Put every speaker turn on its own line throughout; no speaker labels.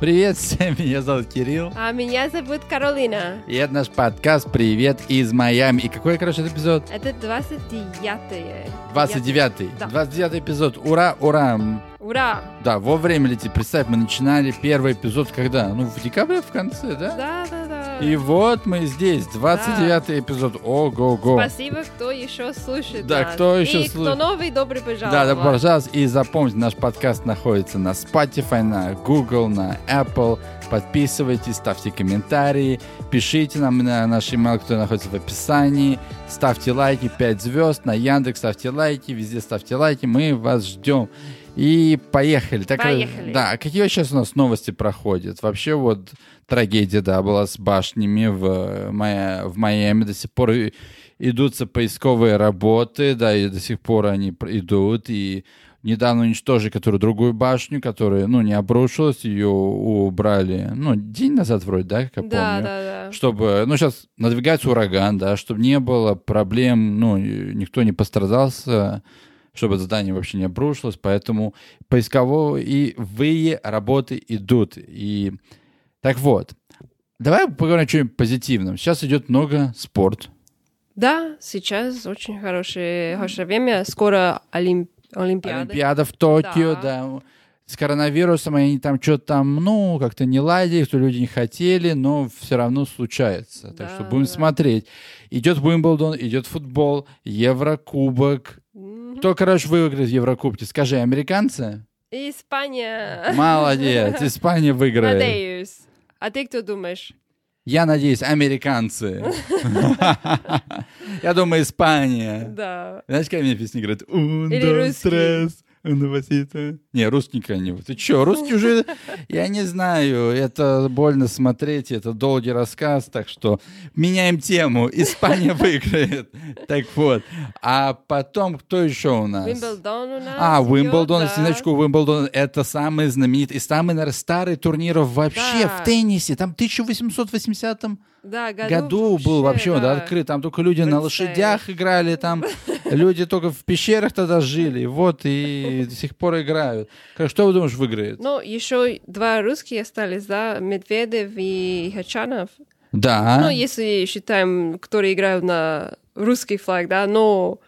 Привет всем, меня зовут Кирилл.
А меня зовут Каролина.
И это наш подкаст «Привет из Майами». И какой, короче, эпизод?
Это 29-е.
29-й.
Да.
29-й эпизод. Ура, ура.
Ура!
Да, вовремя летит. Представь, мы начинали первый эпизод когда? Ну, в декабре в конце, да?
Да, да, да.
И вот мы здесь, 29-й эпизод. Ого-го.
Спасибо, кто еще слушает.
Да,
нас.
кто еще
И кто
слушает.
новый, добрый пожаловал.
Да, да, пожалуйста, и запомните, наш подкаст находится на Spotify, на Google, на Apple. Подписывайтесь, ставьте комментарии, пишите нам на наш email, который находится в описании. Ставьте лайки, 5 звезд, на Яндекс ставьте лайки, везде ставьте лайки, мы вас ждем. И поехали. Так, э,
Поехали.
Да, а какие сейчас у нас новости проходят? Вообще вот трагедия, да, была с башнями в, э, Майя- в Майами. До сих пор и- идутся поисковые работы, да, и до сих пор они пр- идут. И недавно уничтожили которую другую башню, которая, ну, не обрушилась, ее убрали, ну, день назад вроде, да, как я
Да,
помню?
да, да.
чтобы, ну, сейчас надвигается ураган, да, чтобы не было проблем, ну, и никто не пострадался, чтобы это здание вообще не обрушилось, поэтому поисковые работы идут. И так вот, давай поговорим о чем-нибудь позитивном. Сейчас идет много спорт.
Да, сейчас очень хорошее, хорошее время. Скоро Олимп... Олимпиада.
Олимпиада в Токио,
Да.
да. С коронавирусом они там что-то там, ну, как-то не ладили, что люди не хотели, но все равно случается. Так
Да,
что будем
да.
смотреть. Идет Уимблдон, идет футбол, Еврокубок.
Мгм.
Кто, короче, выиграет в Еврокубке? Скажи, американцы?
Испания.
Молодец, Испания выиграет.
Надеюсь. А ты кто думаешь?
Я надеюсь, американцы. Я думаю, Испания.
Да.
Знаешь, какая мне песня играет? Un,
Или
dos,
русский.
tres, un, dos, vasito. Не, русский не Ты чё, русский уже... Я не знаю, это больно смотреть, это долгий рассказ, так что меняем тему. Испания выиграет. Так вот. А потом кто еще у нас?
Уимблдон у нас.
А,
идёт,
Уимблдон,
да.
если значку Уимблдон, это самый знаменитый, и самый, наверное, старый турнир вообще
Да.
в теннисе. Там в 1880
Да, году,
году был вообще, да, открыт. Там только люди на
Представь.
лошадях играли, там люди только в пещерах тогда жили. Вот, и до сих пор играют. Как- Что вы думаешь, выиграет?
Ну, еще два русских остались, да, Медведев и Хачанов. Ну,
Да.
если считаем, которые играют на русский флаг, да, но,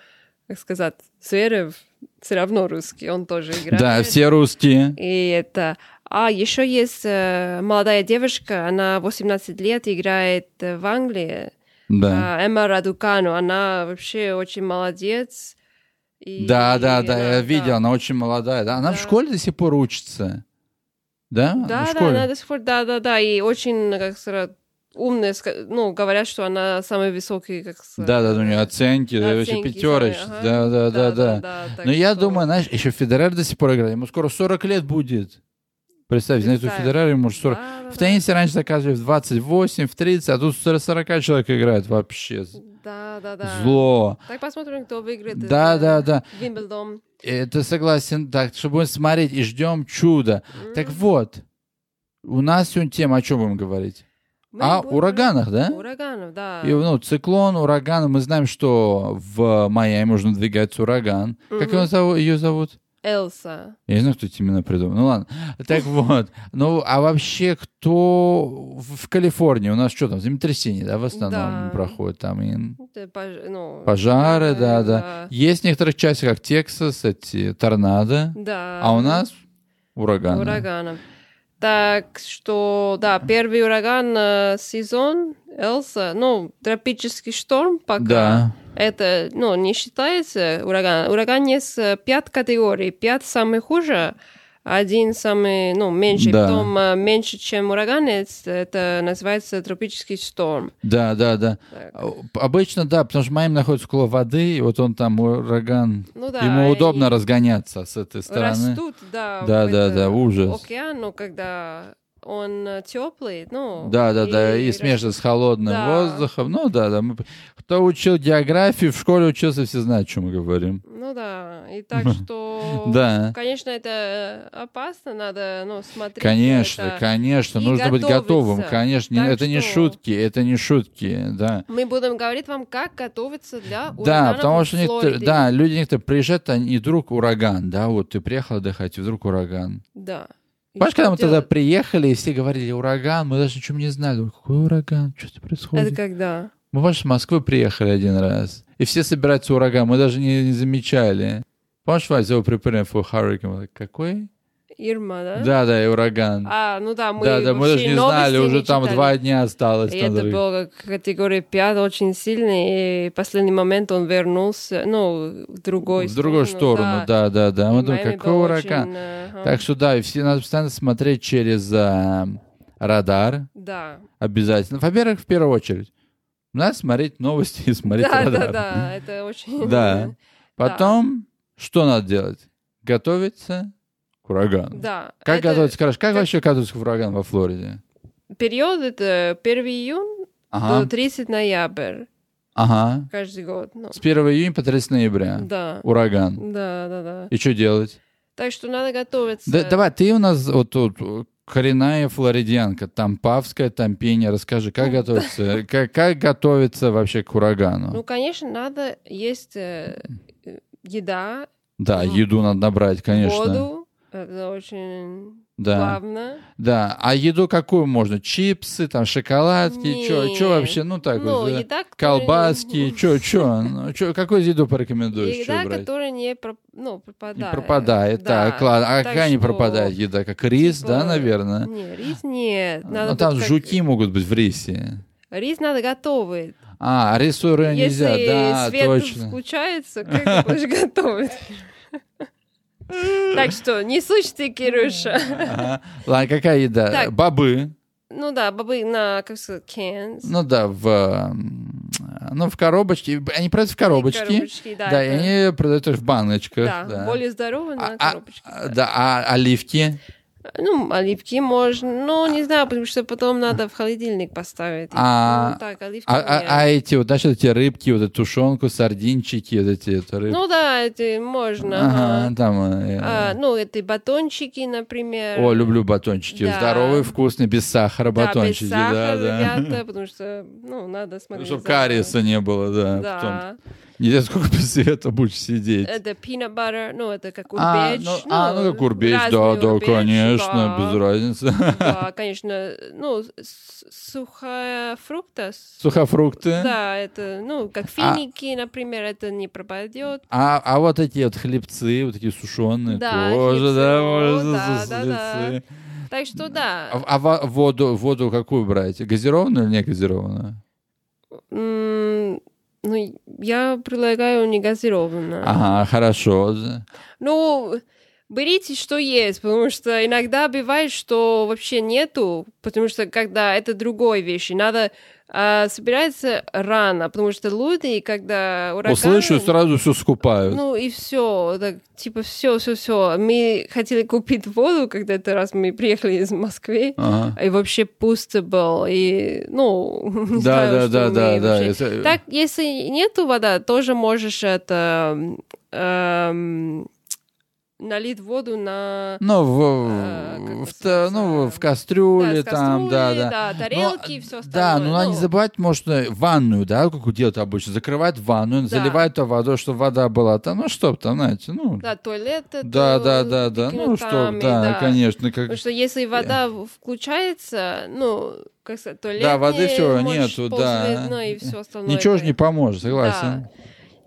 как сказать, Зверев все равно русский, он тоже играет.
Да, все русские.
И это... А еще есть э, молодая девушка, она 18 лет, играет э, в Англии.
Да.
А, Эмма Радукану, она вообще очень молодец. И-
Да, да,
и
да,
она-
я видел, она очень молодая. да. Она в
Да.
школе до сих пор учится. Да?
Да,
А, В
да,
школе.
она до сих пор, да, да, да, и очень, как сказать, умная, ска- ну, говорят, что она самый высокий, как сказать.
Да, да, у нее оценки, да, вообще
оценки
пятерочки,
самые,
да,
ага.
да, да, да.
так
Но я
что-
думаю, знаешь, еще Федерер до сих пор играет, ему скоро 40 лет будет. Представь, знаешь, у
Представь.
Федерера ему уже 40.
Да, да,
В
да.
теннисе раньше заказывали в 28, в 30, а тут 40 человек играет вообще. з-
Да, да, да.
Зло.
Так посмотрим, кто выиграет.
Да, да, да.
Вимблдон.
Это согласен, так, что будем смотреть и ждем чуда. Так вот, у нас сегодня тема, о чем будем говорить?
Мы
О
будем-
ураганах, А, да?
Ураганов, да.
И, ну, циклон, ураган. Мы знаем, что в Майами уже надвигается ураган. Как
Мгм.
он зову- ее зовут?
Элса.
Я не знаю, кто эти имена придумал. Ну ладно. Так вот. Ну, а вообще, кто в в Калифорнии? У нас что там? Землетрясение, да, в основном
Да.
проходит там. и
Это пож- ну,
пожары, да, да. Есть в некоторых частях, как Тексас, эти торнадо.
Да.
А у нас ураган.
Ураганом. Так что, да, первый ураган э, сезон Элса, ну, тропический шторм пока.
Да.
Это, ну, не считается ураган. Ураган есть э, пять категорий. Пять самый хуже, один самый, ну, меньше.
Да.
Потом э, меньше, чем ураган, это- это называется тропический шторм.
Да, да, да.
Так.
А, Обычно, да, потому что Майами находится около воды, и вот он там ураган.
Ну да.
Ему удобно
и
разгоняться с этой стороны.
Растут, да.
да,
в
да,
это
да, ужас.
Океан, ну, когда он теплый, ну...
Да, да, да, и
растут.
смешно с холодным
Да.
воздухом. Ну да, да. мы- Кто учил географию, в школе учился, все знают, о чем мы говорим.
Ну да, и так что...
Да.
Конечно, это э, опасно, надо, ну, смотреть. на
Конечно,
это.
конечно,
И
нужно быть готовым.
готовиться.
Конечно, не-
Так
это не
что-
шутки, это не шутки, да.
Мы будем говорить вам, как готовиться для урагана
Да, потому что
в
некоторые,
Флориде.
да, люди некоторые приезжают, а и вдруг ураган, да, вот ты приехал отдыхать, и вдруг ураган.
Да.
Понимаешь,
что
когда мы
делать?
тогда приехали, и все говорили «ураган», мы даже ничего не знали. Думаю, Какой ураган? Что происходит?
Это когда?
Мы, помнишь, в Москву приехали один раз, и все собираются ураган, мы даже не, не замечали. Помнишь, Вася, его припарили for hurricane? Мы так, Какой?
Ирма, да?
Да-да, и ураган.
А, ну да, мы
да, да, мы
вообще
даже не
новости
знали, уже там
читали.
два дня осталось.
И
там
это
даже-
была категория 5, очень сильный, и в последний момент он вернулся, ну, в другой
в другую сторону, да, да, да. Мы
И
думаем,
Майами
какой
был
ураган?
очень, э, ага.
Так что да, и все надо постоянно смотреть через а, радар,
Да,
обязательно. Во-первых, в первую очередь, надо смотреть новости и смотреть
да,
радар.
да, да, это очень...
Да. Потом, что надо делать? Готовиться к урагану.
Да.
Как
это
готовиться, короче, как,
как-
вообще готовиться к урагану во Флориде?
Период это 1 июнь
Ага,
до 30 ноябрь
ага.
каждый год. ну.
С 1 июня по 30 ноября.
Да.
Ураган.
Да, да, да.
И что делать?
Так что надо готовиться.
Да, давай, ты у нас вот тут э, коренная флоридианка, тампавская, тампения. Расскажи, как готовиться, как, как готовиться вообще к
Ну,
урагану?
конечно, надо есть э, э, еда,
Да,
ну,
еду надо набрать, конечно.
воду. Это очень
Да,
главное.
да. А еду какую можно? Чипсы, там, шоколадки, чё,
Не.
чё вообще? Ну, так
ну,
вот. да.
еда, которая-
Колбаски, чё, чё? Ну, чё, какую еду порекомендуешь? чё
Э, Еда,
брать?
которая не, проп- ну, пропадает.
Не пропадает,
Да.
так, ладно. А
Так
какая не
что,
пропадает еда? Как рис, да,
типа,
наверное?
Не, рис нет. Надо
Ну, там
быть как-
жуки могут быть в рисе.
Рис надо готовый.
А, рис ура нельзя,
Если
да,
свет
точно.
включается, как ты будешь готовить? Так что, не слышь ты, Кирюша.
Ага. Ладно, какая еда?
Так.
Бобы.
Ну да, бобы на, как сказать, cans.
Ну да, в... м, Ну, в коробочке. Они продают в коробочке.
да.
Да, и
это-
они продают их в
да,
баночках.
более здоровые
А-
на
а-
коробочке.
А, Да, а оливки?
Ну, оливки можно, но не знаю, потому что потом надо в холодильник поставить.
А-
Ну, так, оливки
А, а-
нет.
а эти вот, значит, эти рыбки, вот эту тушенку, сардинчики, вот эти это рыбки.
Ну да, это можно.
ага,
ага.
там. э,
А, ну, это и батончики, например.
О, люблю батончики.
Да.
Здоровые, вкусные, без сахара
Да, без
батончики.
сахара,
да, да.
ребята, потому что, ну, надо смотреть.
Чтобы
за-
кариеса не было, да. Потом.
Да. Э,
Нельзя сколько без света будешь сидеть.
Это peanut butter, ну, это как
А,
урбеч.
ну, а, ну как урбеч, да,
разный
да,
урбеч,
конечно,
да.
без разницы.
Да, конечно, ну, с- сухая фрукта. с-
Сухофрукты.
Да, это, ну, как
А-
финики, например, это не пропадет.
А, а вот эти вот хлебцы, вот такие сушеные,
Да,
тоже,
хлебцы,
да,
о,
можно
да,
с-
да,
с-
да.
лицы.
Так что да.
А, а во- воду, воду какую брать? Газированную или не газированную?
М, Ну, я предлагаю не газированную.
Ага, хорошо.
Ну, берите, что есть, потому что иногда бывает, что вообще нету, потому что когда это другой вещь, и надо а, собираться рано, потому что люди, когда ураган...
Услышу, сразу все скупают.
Ну и все, так, типа все, все, все. Мы хотели купить воду, когда это раз мы приехали из Москвы,
Ага.
и вообще пусто был, и ну не знаю,
Да, да,
что
да,
мы
да, да.
вообще-
если-
так, если нету вода, тоже можешь это м, эм, налить воду на
Ну,
А, как
в, в,
это
та- ну,
называется?
в кастрюле
да, с
там, да, да. Ну,
кастрюли,
а
тарелки и все
Да, ну,
остальное. ну.
но надо не забывать, может, э, ванную, да, как делают обычно, закрывают ванную,
Да.
заливают то водой, чтобы вода была там, ну, чтоб там, знаете, ну,
Да, туалет. это
да, да, да, Э. да,
выкинуть
ну, что,
там, и
да, конечно, как,
Потому что если вода в- включается, ну, как сказать, туалет
Да, воды всё, нету, да.
и все остальное.
ничего же не поможет, согласен.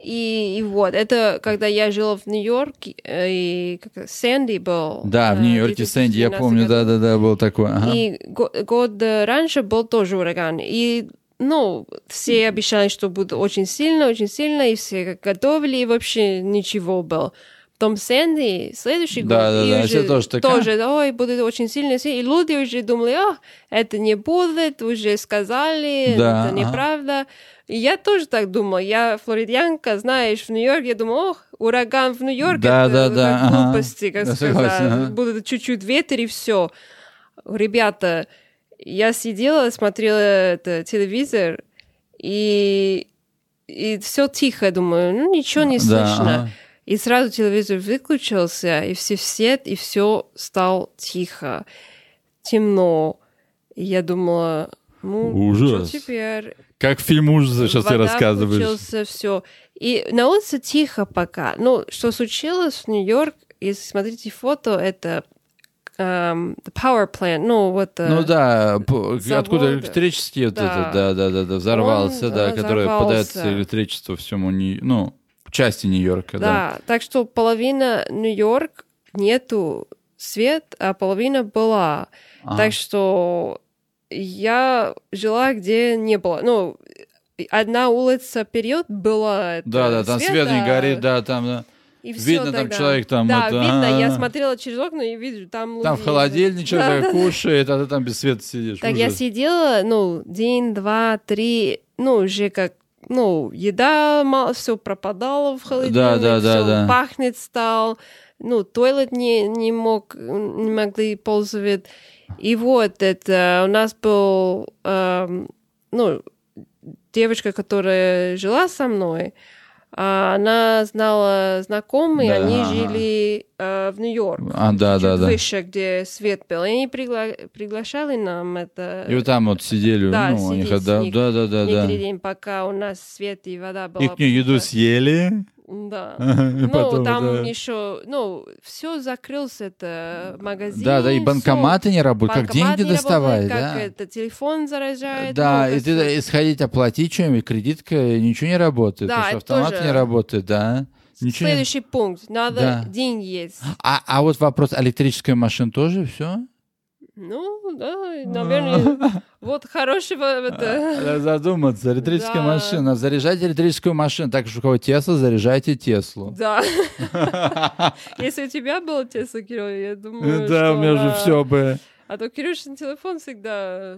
И, и вот, это когда я жила в Нью-Йорке, э, и как это, Сэнди был.
Да, в
э,
Нью-Йорке, Сэнди, я
2017
помню,
году.
да, да, да, был такой, ага.
И го- год э, раньше был тоже ураган. И, ну, все обещали, что будет очень сильно, очень сильно, и все как готовили, и вообще ничего было. Потом Сэнди, следующий год,
Да, да,
и
да,
уже
все тоже так,
тоже, ой, будет очень сильно, си- и люди уже думали, а, это не будет, уже сказали,
Да,
это
ага.
неправда. И я тоже так думала, я флоридянка, знаешь, в Нью-Йорке, я думала, ох, ураган в Нью-Йорке,
Да,
это
да,
вот
да,
так
ага.
глупости, как
Да,
сказать,
согласен, ага.
будет чуть-чуть ветер и все ребята, я сидела, смотрела это, телевизор, и, и все тихо, думаю, ну ничего не
Да,
слышно.
ага.
И сразу телевизор выключился, и все в свет, и все стало тихо, темно. И я думала, ну,
Ужас.
что теперь?
Как фильм ужаса сейчас ты рассказываешь.
все. И на улице тихо пока. Ну, что случилось в Нью-Йорк, если смотрите фото, это эм, the power plant, ну вот... э,
Ну да, п-
завод,
откуда электрический вот
да.
этот, да, да, да, да, взорвался,
Он,
да,
э,
который
взорвался.
подается электричество всему, Нью- ну, части Нью-Йорка, да.
Да, так что половина Нью-Йорк нету свет, а половина была.
Ага.
Так что я жила, где не было. Ну, одна улица вперед была. это
да, да, там свет, не
а
горит, да, там, да.
и всё
видно там
тогда.
человек там,
Да,
это,
видно, я
а-а-а.
смотрела через окна и вижу, там
Там
люди.
в холодильник
Да,
человек
да,
кушает, а ты там без света сидишь.
Так я
ужас.
сидела, ну, день, два, три, ну, уже как, ну, еда, все пропадало в холодильник,
Да, да, да,
всё
да.
пахнет стал, ну, туалет не, не мог, не могли пользовать. И вот это, у нас был, эм, ну, девочка, которая жила со мной, а она знала знакомые,
Да,
они
ага.
жили э, в Нью-Йорк
А, да,
чуть
да, да.
выше, где свет был. И они пригла- приглашали нам это
И вот там вот сидели,
Да,
ну, у них,
сидеть с
да,
них
да, да, да, да.
некоторый день, пока у нас свет и вода была.
Их еду
просто-
съели,
Да.
ну,
Ну, там еще, ну, все закрылся, это магазин.
Да, да, и
всё.
банкоматы не работают. Как
Банкомат не
деньги
работает,
доставать,
как
да?
это, телефон заражает.
Да, и
ну, как-
ты и сходить оплатить что-нибудь, кредитка, ничего не работает,
Да,
потому что
это
автомат
тоже-
не работает, да. Ничего не-
Следующий пункт. Надо
Да.
деньги есть.
А, а вот вопрос электрической машин тоже все?
Ну, да, наверное, вот хорошего... это,
Надо задуматься. Электрическая
Да.
машина. Заряжайте электрическую машину. Так что у кого Тесла, заряжайте Теслу.
Да.
Да,
Если у тебя было Тесла, Кирилл, я думаю,
у
что
меня же
она-
все бы.
А то Кирюшин телефон всегда э,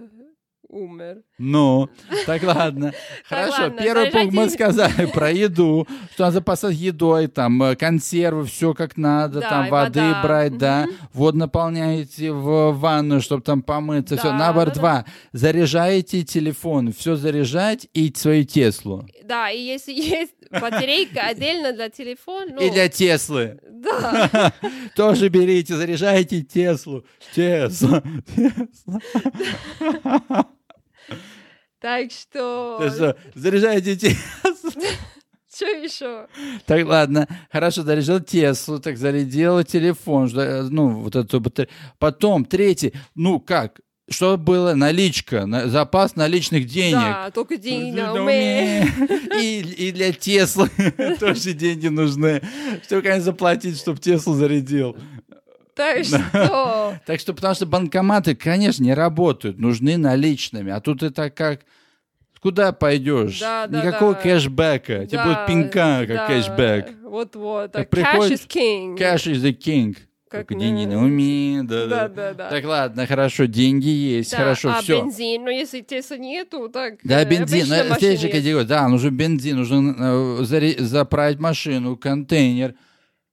умер.
Ну, так ладно. Хорошо,
ладно,
первый пункт мы
заряжайте.
сказали про еду, что надо запасать едой, там э, консервы, все как надо,
Да,
там
и
воды
вода.
брать, да, вот наполняете в ванну, чтобы там помыться, все.
Да,
Набор
да, да.
два, заряжаете телефон, все заряжать и свою Теслу.
Да, и если есть батарейка отдельно для телефона, ну,
И для Теслы.
да,
Тоже берите, заряжайте Теслу. Тесла. Тесла.
так что...
Ты что, Заряжайте Теслу.
Что еще?
Так, ладно. Хорошо, заряжал Теслу, так зарядила телефон. что, э, Ну, вот эту батарею. Потом, третий. Ну, как? Что было? Наличка. на- запас наличных денег.
Да, только деньги
Да
на уме.
уме. И, и для Теслы тоже деньги нужны. Что, конечно, заплатить, чтобы Теслу зарядил.
Так что...
Так что, потому что банкоматы, конечно, не работают, нужны наличными. А тут это как... Куда пойдешь?
Да, да,
Никакого
да.
кэшбэка. Тебе
да,
будет пинка, как
да,
кэшбэк.
Вот-вот. а
Как
Cash
приходишь-
is king.
Cash is the king.
Как
Только
на-
деньги на уме. Да, да.
Да-да-да.
Так, ладно, хорошо, деньги есть,
Да,
хорошо,
а
все.
бензин? Ну, если Тесла нету, так...
Да,
э,
бензин,
обычно
ну, здесь же
машине-
категория, да, нужен бензин, нужно э, заре- заправить машину, контейнер.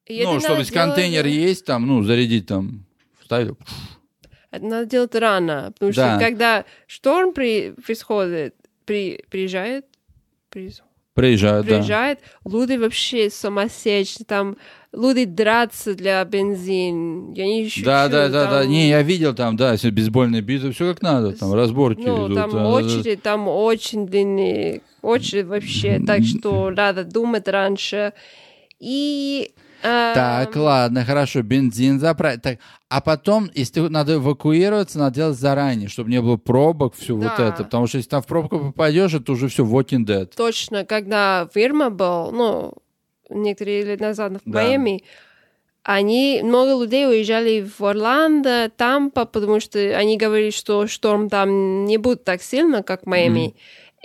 И это
ну,
надо
чтобы
делать-
контейнер есть, там, ну, зарядить там, вставил.
Это надо делать рано, потому
Да.
что когда шторм при- происходит, при, приезжает, при-
Приезжают, да.
приезжает, люди вообще сумасшедшие, там люди драться для бензин, я не шучу,
Да, да, да, да.
там,
Не, я видел там, да, если бейсбольные биты, все как надо, там разборки
ну,
идут.
там
да, да, да.
очередь, там очень длинные очередь вообще, так что надо думать раньше. И... э,
Так, ладно, хорошо, бензин заправить. Так, а потом, если ты- надо эвакуироваться, надо делать заранее, чтобы не было пробок, все вот
Да.
это. Потому что если там в пробку попадешь, это уже все walking dead.
точно, когда фирма был, ну, некоторые лет назад в
Да.
Майами, они, много людей уезжали в Орландо, Тампа, потому что они говорили, что шторм там не будет так сильно, как в Майами.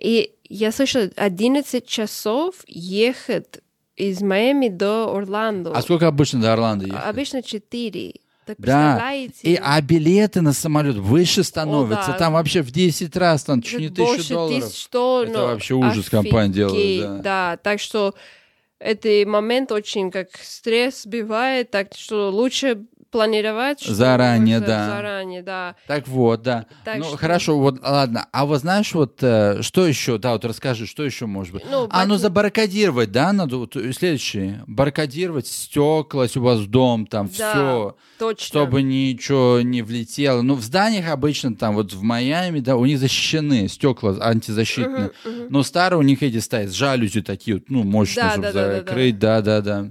И я слышала, 11 часов ехать из Майами до Орландо.
А сколько обычно до Орландо ехать?
Обычно 4. Так
Да.
представляете?
И, а билеты на самолет выше становятся,
да.
там вообще в 10 раз, там
Это
чуть не
больше
тысячу долларов.
тысяч, что,
Это
ну,
вообще ужас компания делает,
офигеть, Да, так что этот момент очень как стресс сбивает, так что лучше планировать. что
Заранее,
можно
да.
Заранее, да.
Так вот, да.
Так
ну,
что-
хорошо, вот, ладно. А вот знаешь, вот, э, что еще? Да, вот расскажи, что еще может быть?
Ну,
А, ну
бак-
забаррикадировать, да, надо вот э, следующее. Баррикадировать стекла, если у вас дом, там
Да,
все,
Точно.
чтобы ничего не влетело. Ну, в зданиях обычно там, вот в Майами, да, у них защищены стекла антизащитные. Но старые у них эти стоят, с жалюзи такие, вот, ну, мощно,
Да,
чтобы
да, да, да, да.
закрыть, да-да-да.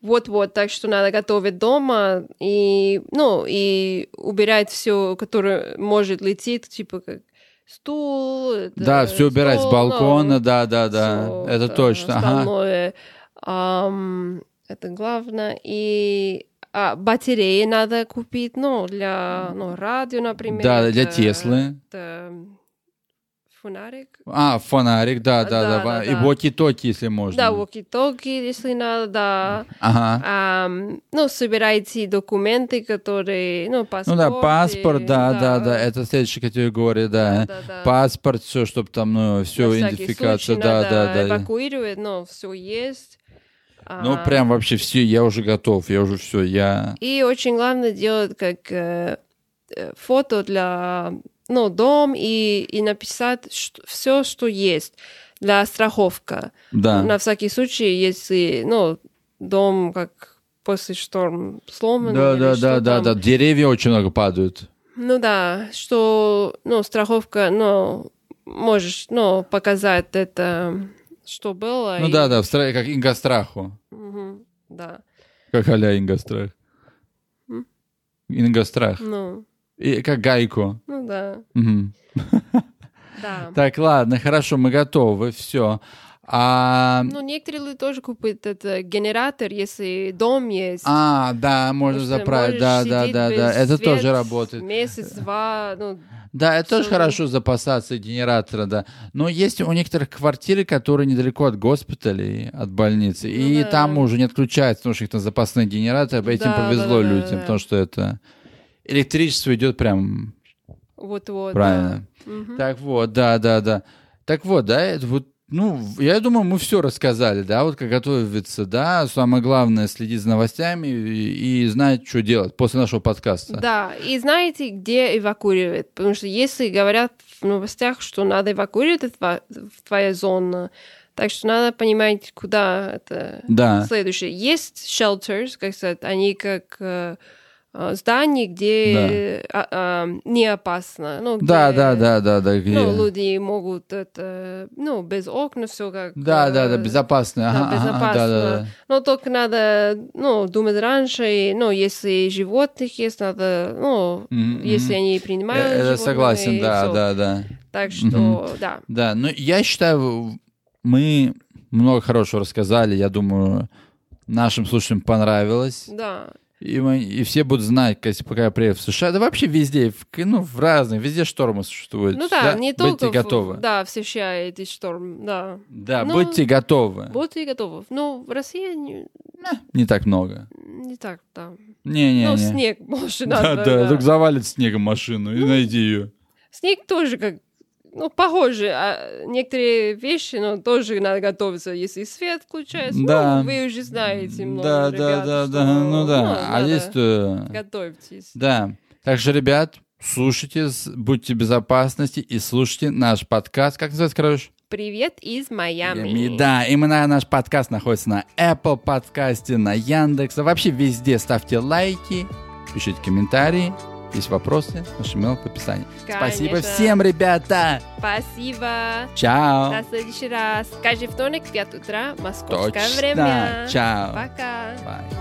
Вот-вот, так что надо готовить дома и, ну, и убирать все, которое может летит, типа как стул.
Да, все убирать с
стол,
балкона,
ну,
да, да, да.
всё
Это точно. Ага.
остальное. Ам, это главное. И а, батареи надо купить, ну, для ну, радио, например.
Да, для
это-
Теслы.
это фонарик.
А, фонарик, да, да, да.
Да,
ва-
да,
И
да.
воки-токи, если можно.
Да, walkie-talkie, если надо, да.
Ага.
Ам, ну, собирайте документы, которые, ну,
Ну
паспорт.
да, паспорт,
и-
да, да, да. Это следующая категория, да.
да, да.
Паспорт, все, чтобы там, ну, все,
На всякий
идентификация,
случай ну
да,
надо
да, да.
Эвакуировать, но все есть.
Ну,
А,
прям вообще все, я уже готов, я уже все, я...
И очень главное делать как э, э, фото для ну, дом и, и написать все, что есть для страховка.
Да,
На всякий случай, если ну, дом как после шторм сломан.
да,
или
да,
что
да, да, да.
там.
Деревья очень много падают.
Ну да, что ну, страховка, ну, можешь ну, показать это, что было.
Ну
и-
да, да, в стра- как ингостраху.
Мгм, да.
Как а-ля ингострах.
М?
Ингострах.
Ну,
И как гайку.
ну да,
Мгм.
да.
Так, ладно, хорошо, мы готовы, все. А,
Ну, некоторые люди тоже купят этот генератор, если дом есть.
а, да, можно
Потому что
заправить,
можешь
да, да,
сидеть
да,
без
да, это
света
тоже работает.
Месяц-два, ну,
Да, это тоже
Всё.
хорошо запасаться генератора, да. Но есть у некоторых квартиры, которые недалеко от госпиталей, от больницы, и
Ну да.
там уже не отключается, потому что их там запасные генераторы, этим
Да, да,
повезло
да, да,
людям,
да.
потому что это электричество идет прям
вот-вот.
правильно.
да. Мгм.
Так вот, да, да, да. Так вот, да, это вот, ну, я думаю, мы все рассказали, да, вот как готовиться, да, самое главное следить за новостями и, и знать, что делать после нашего подкаста.
Да, и знаете, где эвакуировать? Потому что если говорят в новостях, что надо эвакуировать это тва- в твоя зона, так что надо понимать, куда это...
Да.
Следующее. Есть shelters, как сказать, они как э, э, здания, где а, а, не опасно. Ну,
Да,
где,
да, да, да, да. где-
Ну, люди могут это, ну, без окна все как...
Да,
э,
да, да, безопасно.
да,
Ага, ага,
безопасно.
да, да, да.
Но только надо, ну, думать раньше, и, ну, если животных есть, надо, ну,
Мгм,
если
мгм.
они принимают
Я- я
животных,
Э, согласен,
ну и
да,
всё.
да, да.
Так что,
Мгм.
да.
Да, но я считаю, мы много хорошего рассказали, я думаю, нашим слушателям понравилось.
Да,
И, мы- и все будут знать, если пока я приеду в США, да вообще везде, в, к- ну, в разных, везде штормы существуют.
ну да, не только
Будьте
в-
готовы. Да,
да, в США эти шторм, да. Ну,
будьте готовы.
Вот и готовы. Ну, в России не,
Не так много.
не так, да.
Не-не-не.
ну, снег больше
Да, да,
надо. да. Ну,
только завалит снегом машину и найди ее.
Снег тоже как ну, похоже, а некоторые вещи, но тоже надо готовиться, если свет включается.
Да.
Ну, вы уже знаете много
Да,
ребят,
да, да,
что,
да, ну да. А
надо
здесь то
Готовьтесь.
Да. Так что, ребят, слушайте, с- будьте в безопасности и слушайте наш подкаст. Как называется, короче?
Привет из Майами.
Да, именно наш подкаст находится на Apple подкасте, на Яндекс. а Вообще везде ставьте лайки, пишите комментарии. Есть вопросы, наш email в описании. Спасибо
Конечно.
всем, ребята!
Спасибо.
Чао!
До следующий раз. Каждый вторник в 5 утра, московское
Точно!
время.
Чао!
Пока.
Bye.